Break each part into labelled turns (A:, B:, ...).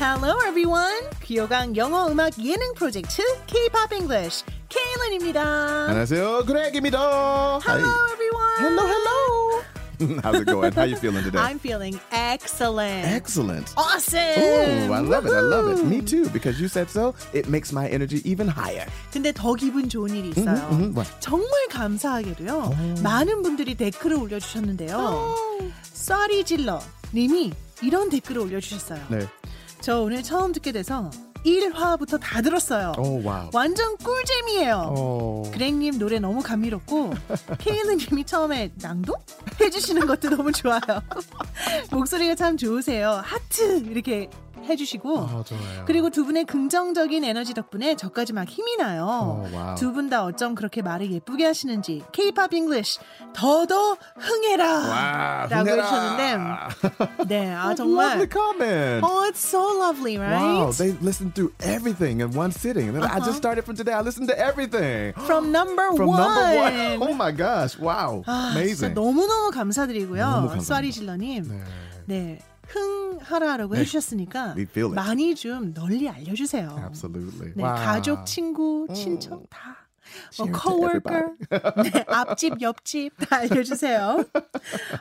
A: Hello everyone. 귀요강 영어 음악 예능 프로젝트 K-pop English 케일런입니다.
B: 안녕하세요, 그렉입니다.
A: Hello everyone.
B: hello, hello. How's it going? How you feeling today?
A: I'm feeling excellent.
B: excellent.
A: awesome.
B: Ooh, I love it. I love it.
A: Woohoo.
B: Me too. Because you said so, it makes my energy even higher.
A: 근데 더 기분 좋은 일이 있어요.
B: 음, 어. 뭐야?
A: 정말 감사하게도요. 많은 분들이 댓글을 올려주셨는데요.
B: 어.
A: 쏘리 질러 님이 이런 댓글을 올려주셨어요.
B: 네.
A: 저 오늘 처음 듣게 돼서 1화부터 다 들었어요.
B: Oh wow.
A: 완전 꿀잼이에요.
B: Oh.
A: 그렉님 노래 너무 감미롭고 케이는님이 처음에 낭독 해주시는 것도 너무 좋아요. 목소리가 참 좋으세요. 하트 이렇게 해주시고
B: 아, 좋아요.
A: 그리고 두 분의 긍정적인 에너지 덕분에 저까지 막 힘이 나요.
B: 어, 와우.
A: 두 분 다 어쩜 그렇게 말을 예쁘게 하시는지 K-pop English 더더 흥해라
B: 와,
A: 라고
B: 흥해라.
A: 해주셨는데 네, 아
B: Lovely
A: 정말
B: comment.
A: Oh, it's so lovely, right? Uh-huh.
B: Wow, they listened through everything in one sitting. And then I just started from today. I listened to everything.
A: From number
B: From number
A: one.
B: one. Oh my gosh. Wow.
A: 아, 진짜
B: Amazing.
A: 너무너무 감사드리고요.
B: 감사합니다.
A: 쏴리질러님. 네. 흥하라라고 해주셨으니까
B: 네. We feel it.
A: 많이 좀 널리 알려주세요.
B: Absolutely.
A: 네,
B: wow.
A: 가족, 친구, 친척 다. 뭐
B: Share it to
A: coworker, 네, 앞집, 옆집 다 알려주세요.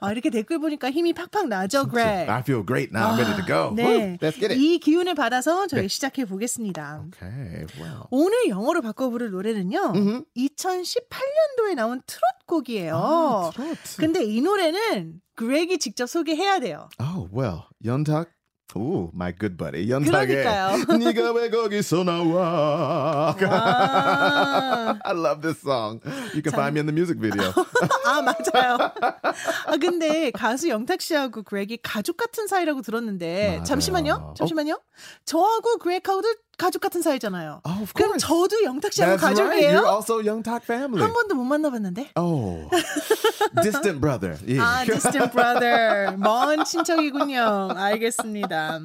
A: 아, 이렇게 댓글 보니까 힘이 팍팍 나죠, 그래.
B: I feel great now. I'm ready to go. Woo,
A: 네,
B: let's get it. 네.
A: 이 기운을 받아서 저희 시작해 보겠습니다.
B: Okay. Wow.
A: 오늘 영어로 바꿔 부를 노래는요.
B: 음. Mm-hmm.
A: 2018년도에 나온 트롯 곡이에요.
B: 아, 트로트.
A: 근데 이 노래는 그렉이 직접 소개해야 돼요.
B: Oh well, 연탁. Ooh, my good buddy. 연탁의
A: 그러니까요.
B: 네가 왜 거기서 나와?
A: 아,
B: I love this song. You can find me in the music video.
A: 아, 맞아요. 아 근데 가수 영탁 씨하고 그렉이 가족 같은 사이라고 들었는데
B: 맞아요. 어?
A: 잠시만요. 잠시만요. 저하고 그렉하고도 가족 같은 사이잖아요.
B: Oh, of
A: 그럼
B: course.
A: 저도 영탁 씨하고
B: That's right.
A: 가족이에요?
B: You're also Youngtak family.
A: 한 번도 못 만나봤는데.
B: Oh, distant brother. Yeah.
A: 아, distant brother. 먼 친척이군요. 알겠습니다.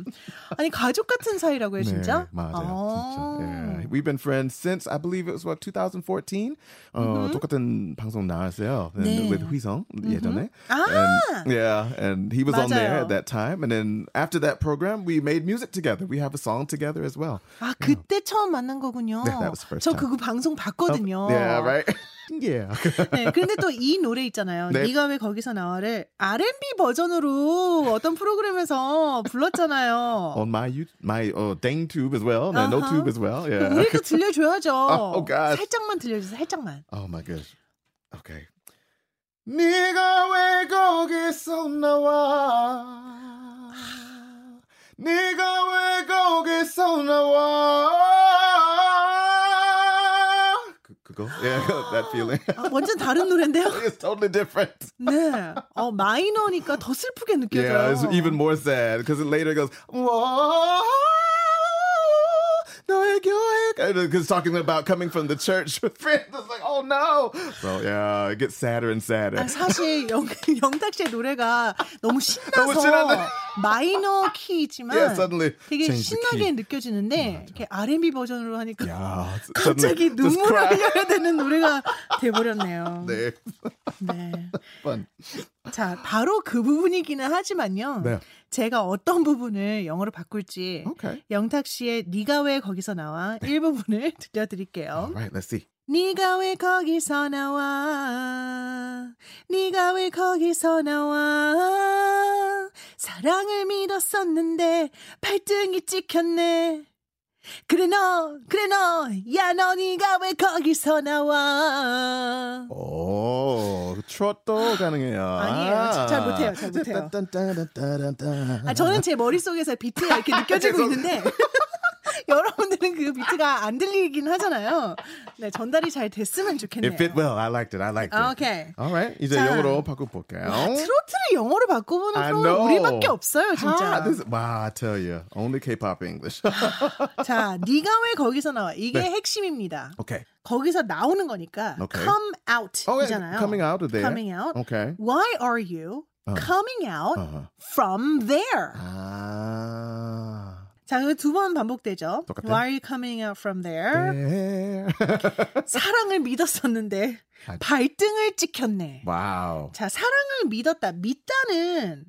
A: 아니, 가족 같은 사이라고요, 진짜?
B: 네, 맞아요.
A: 아.
B: 진짜. 예, Yeah. We've been friends since I believe it was what 2014. 어, 똑같은 방송 나왔어요. And
A: 네.
B: With Huisong 예전에.
A: 아!
B: And, yeah, and he was on there
A: 맞아요.
B: at that time. And then after that program, we made music together. We have a song together as well.
A: 아, 그때 처음 만난 거군요.
B: 네, 어, that was first
A: 저
B: time.
A: 그거 방송 봤거든요.
B: Yeah, right. yeah.
A: 네, 근데 또 이 노래 있잖아요.
B: 네.
A: 네. 가왜 거기서 나와를 R&B 버전으로 어떤 프로그램에서 불렀잖아요.
B: on my you my uh, Dang Tube as well. No, no
A: Uh-huh.
B: Tube as well.
A: 그럼
B: Yeah.
A: 우리도 들려줘야죠.
B: 네. Oh, God.
A: 살짝만 들려주세요. 살짝만.
B: Oh my gosh. Okay. 네가 왜 거기서 나와? 네가 왜 거기서 나와? 그, 그거? Yeah, that feeling.
A: 아, 완전 다른 노래인데요.
B: it's totally different.
A: 네. 어, 마이너니까 더 슬프게 느껴져요.
B: Yeah, it's even more sad because it later goes. "와, 너의 교회-" And It's talking about coming from the church with friends. It's like, oh no. So yeah, it gets sadder and sadder.
A: 아, 사실 영, 영탁 씨의 노래가 너무 신나서
B: 너무 신나네.
A: 마이너 키이지만
B: Yeah, suddenly
A: 되게
B: change the
A: 신나게
B: key. 음,
A: 느껴지는데 이렇게 R&B 버전으로 하니까
B: Yeah, s-
A: 갑자기
B: suddenly just
A: 눈물
B: cry.
A: 흘려야 되는 노래가 돼버렸네요.
B: 네.
A: 네.
B: Fun.
A: 자, 바로 그 부분이기는 하지만요.
B: 네.
A: 제가 어떤 부분을 영어로 바꿀지
B: Okay.
A: 영탁 씨의 네가 왜 거기서 나와 일부분을
B: All
A: 들려드릴게요.
B: right, let's see.
A: 네가 왜 거기서 나와 네가 왜 거기서 나와 사랑을 믿었었는데 발등이 찍혔네 그래 너 그래 너야너 네가 왜 거기서 나와
B: 오, 트롯도 가능해요.
A: 아니에요. 잘 못해요, 잘 못해요.
B: 딴딴딴딴딴딴.
A: 아, 저는 제 머릿속에서 비트가 이렇게 느껴지고 있는데 여러분들은 그 비트가 안 들리긴 하잖아요 네 전달이 잘 됐으면 좋겠네요
B: It fit well. I liked it. I liked it.
A: 아, 오케이
B: All right. 이제
A: 자.
B: 영어로 바꿔볼게요.
A: 트로트를 영어로 바꿔보는
B: I
A: 프로
B: know.
A: 우리밖에 없어요 진짜.
B: Ah, this- wow, I tell you, only K-pop English.
A: 자, 네가 왜 거기서 나와? 이게
B: 네.
A: 핵심입니다.
B: okay.
A: 거기서 나오는 거니까
B: Okay.
A: come out이잖아요.
B: Oh, yeah, coming out of there.
A: Coming out.
B: Okay. 어.
A: Why are you coming out
B: Uh-huh.
A: from there?
B: 어. Ah.
A: 자, 두번 반복되죠.
B: 똑같아요. 네.
A: Why are you coming out from there?
B: There.
A: 사랑을 믿었었는데
B: 아.
A: 발등을 찍혔네.
B: wow.
A: 자, 사랑을 믿었다. 믿다는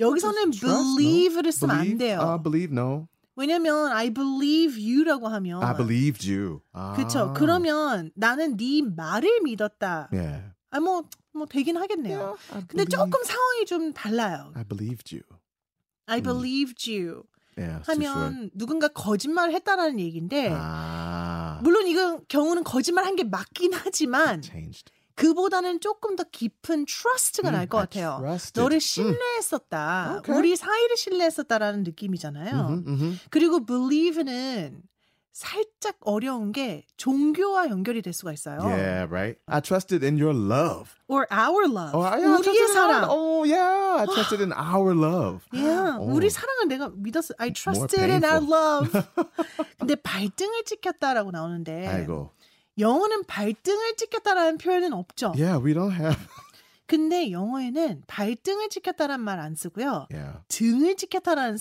A: 여기서는
B: Trust, no?
A: believe를 쓰면 안
B: Believe?
A: 돼요.
B: Uh, believe, no.
A: 왜냐면 I believe you라고 하면
B: I believed you. Ah. 아.
A: Oh
B: 네.
A: 그쵸. 그러면 나는 네 말을 믿었다.
B: Yeah.
A: 아 뭐 뭐 되긴 하겠네요.
B: I
A: 근데
B: believe-
A: 조금 상황이 좀 달라요.
B: I believed you.
A: I
B: 음.
A: believed you
B: Yeah. it's too short.
A: 하면 누군가 거짓말을 했다라는 얘기인데
B: 아.
A: 물론 이건 경우는 거짓말 한 게 맞긴 하지만
B: changed. Mm-hmm.
A: 그보다는 조금 더 깊은 trust가 날 것
B: I
A: 같아요.
B: 음, trusted. Mm-hmm,
A: 너를
B: 음.
A: 신뢰했었다.
B: Okay.
A: 우리 사이를 신뢰했었다라는 느낌이잖아요.
B: Mhm, mhm.
A: 그리고 believe는 살짝 어려운 게 종교와 연결이 될 수가 있어요.
B: Yeah, right. I trusted in your love.
A: Or our love.
B: Oh, I, I
A: 우리의
B: trusted in our,
A: 사랑.
B: oh yeah, I trusted in our love. Oh,
A: Yeah,
B: 어.
A: 우리 사랑을 내가 믿었어. I trusted
B: More
A: in our
B: painful.
A: love. 근데 발등을 찍혔다라고 나오는데
B: 아이고.
A: 영어는 발등을 찍혔다라는 표현은 없죠.
B: Yeah, we don't have.
A: 근데 영어에는 발등을 찍혔다라는 말 안 쓰고요.
B: Yeah,
A: 등을 찍혔다라는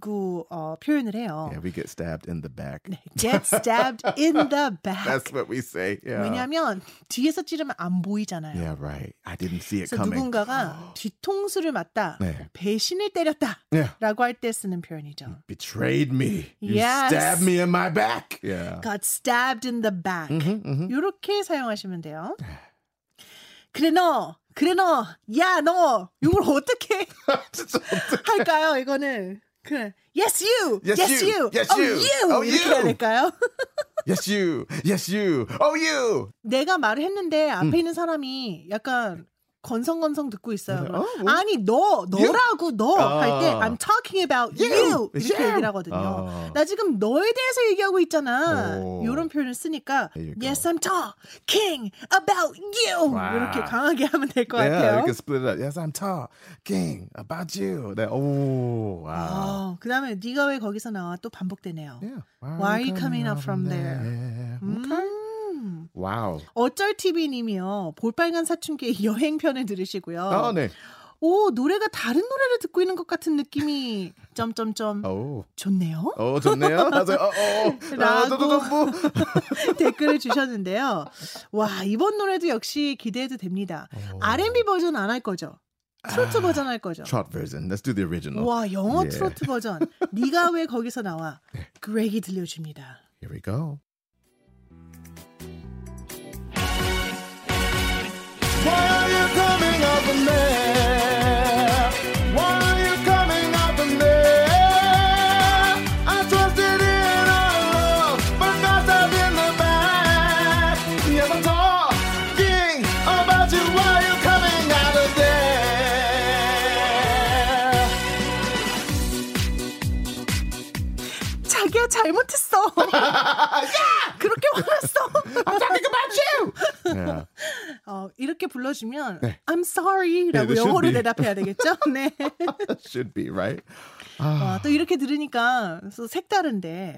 A: 그 어, 표현을 해요.
B: yeah, we get stabbed in the back.
A: 네, Get stabbed in the back.
B: That's what we say. Yeah.
A: 왜냐하면 뒤에서 찌르면 안 보이잖아요.
B: Yeah, right. I didn't see it
A: 그래서
B: coming.
A: 누군가가 뒤통수를 맞다,
B: 네.
A: 배신을 때렸다라고
B: Yeah.
A: 할 때 쓰는
B: 음.
A: 표현이죠.
B: Betrayed me. You
A: Yes.
B: stabbed me in my back. Yeah.
A: Got stabbed in the back.
B: mhm.
A: 이렇게 사용하시면 돼요.
B: 네.
A: 그래 너, 그래 너, 야 너, 이걸 어떻게 할까요? 이거는 그래. Yes you,
B: Yes, you. Yes,
A: oh
B: you.
A: you,
B: Oh,
A: 이렇게
B: you.
A: 해야 될까요?
B: yes, you. Yes, you. Oh, you.
A: 내가 말을 했는데 앞에
B: 음.
A: 있는 사람이 약간 건성건성 듣고 있어요.
B: 어,
A: 그럼,
B: 뭐.
A: 아니 너 너라고 너 할 때
B: 아.
A: I'm talking about you,
B: You.
A: 이렇게
B: Yeah.
A: 얘기를 하거든요.
B: 아.
A: 나 지금 너에 대해서 얘기하고 있잖아.
B: 오.
A: 이런 표현을 쓰니까
B: There you go.
A: Yes I'm talking about you
B: 와. 네,
A: 이렇게 강하게 하면 될 것
B: Yeah, we
A: 같아요.
B: can split it up. Yes, I'm talking about you. That. Oh, wow.
A: 어, 그다음에 네가 왜 거기서 나와 또 반복되네요.
B: Yeah.
A: Why are you coming up from there? 음.
B: Wow.
A: 어쩔 TV님이요. 볼빨간 사춘기의 여행편을 들으시고요.
B: Oh, 네.
A: 오 노래가 다른 노래를 듣고 있는 것 같은 느낌이 점점점
B: Oh.
A: 좋네요.
B: Oh, 좋네요. I was like, oh, oh, oh. 아, 또, 또, 또, 뭐.
A: 댓글을 주셨는데요. 와 이번 노래도 역시 기대해도 됩니다.
B: 어.
A: R&B 버전 안 할 거죠? 트로트 버전 할 거죠?
B: Trot version. Let's do the original.
A: 와 영어
B: 아, 예. 네.
A: 트로트 버전. 네가 왜 거기서 나와? 그렉이 들려줍니다.
B: Here we go. Why are you coming up from there? Why are you coming up from there? I trusted in our love, but got stabbed in the back. Yes, I'm talking about you. Why are you coming out of there?
A: 자기야 잘못했어. 그렇게 화났어.
B: I'm talking about you. Yeah.
A: 어, 이렇게 불러주면
B: 네.
A: I'm sorry라고
B: 네, 네, should
A: 영어로
B: be.
A: 대답해야 되겠죠? 네.
B: should be right.
A: 와, 아, 또 이렇게 들으니까 또 색다른데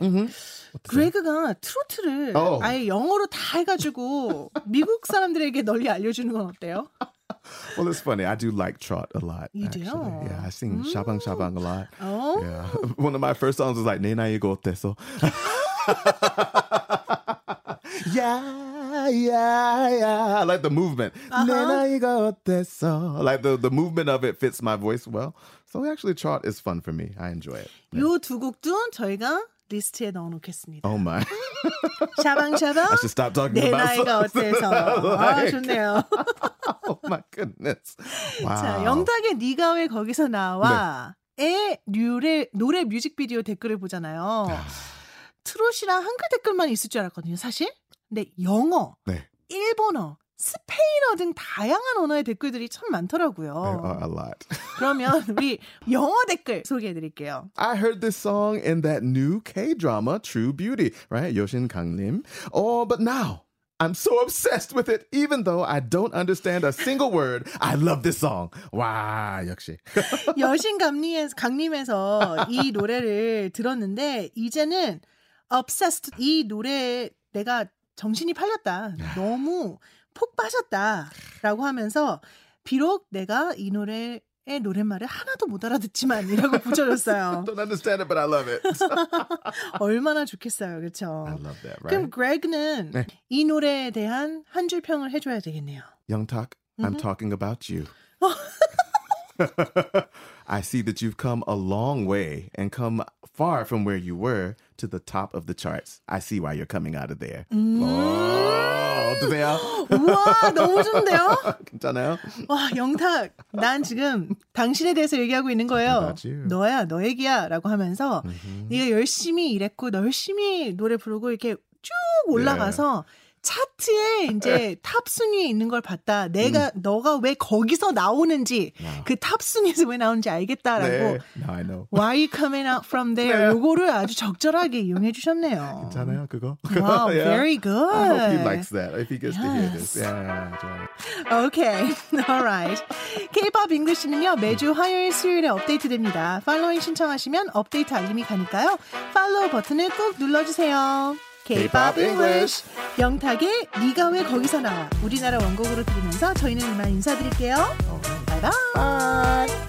A: 그레그가 트로트를
B: 어.
A: 아예 영어로 다 해가지고 미국 사람들에게 널리 알려주는 건 어때요?
B: Well, it's funny. I do like trot a lot.
A: You do? Mm. Oh.
B: actually. Yeah, I sing Shabang Shabang a lot.
A: 어?
B: Yeah, one of my first songs was like "Ne Na Go Teso." Yeah, yeah, yeah. I like the movement.
A: Uh-huh.
B: "Ne na igo teso." Like the the movement of it fits my voice well. So actually, trot is fun for me. I enjoy it.
A: 요 두 곡도 저희가 리스트에 네. 넣어놓겠습니다. 아,
B: Oh my!
A: 샤방샤방
B: I should stop talking
A: 내
B: about.
A: 나이가
B: songs.
A: 어때서 아,
B: Like,
A: 좋네요.
B: Oh my goodness! Wow.
A: 자, 영탁의 네가 왜 거기서 나와? 의 류의 노래 뮤직비디오 댓글을 보잖아요. 트롯이랑 한글 댓글만 있을 줄 알았거든요, 사실. 근데 영어,
B: 네.
A: 일본어, 스페인어 등 다양한 언어의 댓글들이 참
B: There
A: 많더라고요.
B: are a lot.
A: 그러면 우리 영어 댓글 소개해 드릴게요.
B: I heard this song in that new K drama, True Beauty, right? Yoshin Kang Lim. Oh, but now I'm so obsessed with it, even though I don't understand a single word. I love this song. Wow, 역시.
A: 여신 감리에서 강림에서 이 노래를 들었는데 이제는 obsessed 이 노래에 내가 정신이 팔렸다. 너무 폭 빠졌다라고 하면서 비록 내가 이 노래의 노랫말을 하나도 못 알아듣지만이라고 붙여줬어요.
B: don't understand it, but I love it.
A: 얼마나 좋겠어요,
B: I
A: 그렇죠?
B: love that,
A: 그럼
B: right?
A: 그렉는
B: 네.
A: 이 노래에 대한 한 줄 평을 해줘야 되겠네요.
B: Young Talk, I'm talking about you. I see that you've come a long way and come far from where you were to the top of the charts. I see why you're coming out of there. Oh, 어, 어떠세요?
A: 우와 너무 좋은데요?
B: 괜찮아요?
A: 와 영탁 난 지금 당신에 대해서 얘기하고 있는 거예요
B: About you.
A: 너야 너 얘기야 라고 하면서 네가 열심히 일했고 너 열심히 노래 부르고 이렇게 쭉 올라가서
B: 예.
A: 차트에 이제 탑 순위에 있는 걸 봤다 내가
B: 음.
A: 너가 왜 거기서 나오는지 그 탑 순위에서 왜 나오는지 알겠다라고
B: 아. 네. Now I know.
A: Why you coming out from there
B: 네.
A: 요거를 아주 적절하게 이용해 주셨네요
B: 괜찮아요, 그거?
A: Wow,
B: Yeah.
A: very good.
B: I hope he likes that. If he gets to hear this.
A: Yes.
B: Yeah, 좋아요.
A: Okay, alright. K-pop English는요 매주 화요일 수요일에 업데이트됩니다. 팔로잉 신청하시면 업데이트 알림이 가니까요. 팔로우 버튼을 꼭 눌러주세요. K-pop English 영탁의 네가 왜 거기서 나와 우리나라 원곡으로 들으면서 저희는 이만 인사드릴게요. 바이바이.
B: Bye.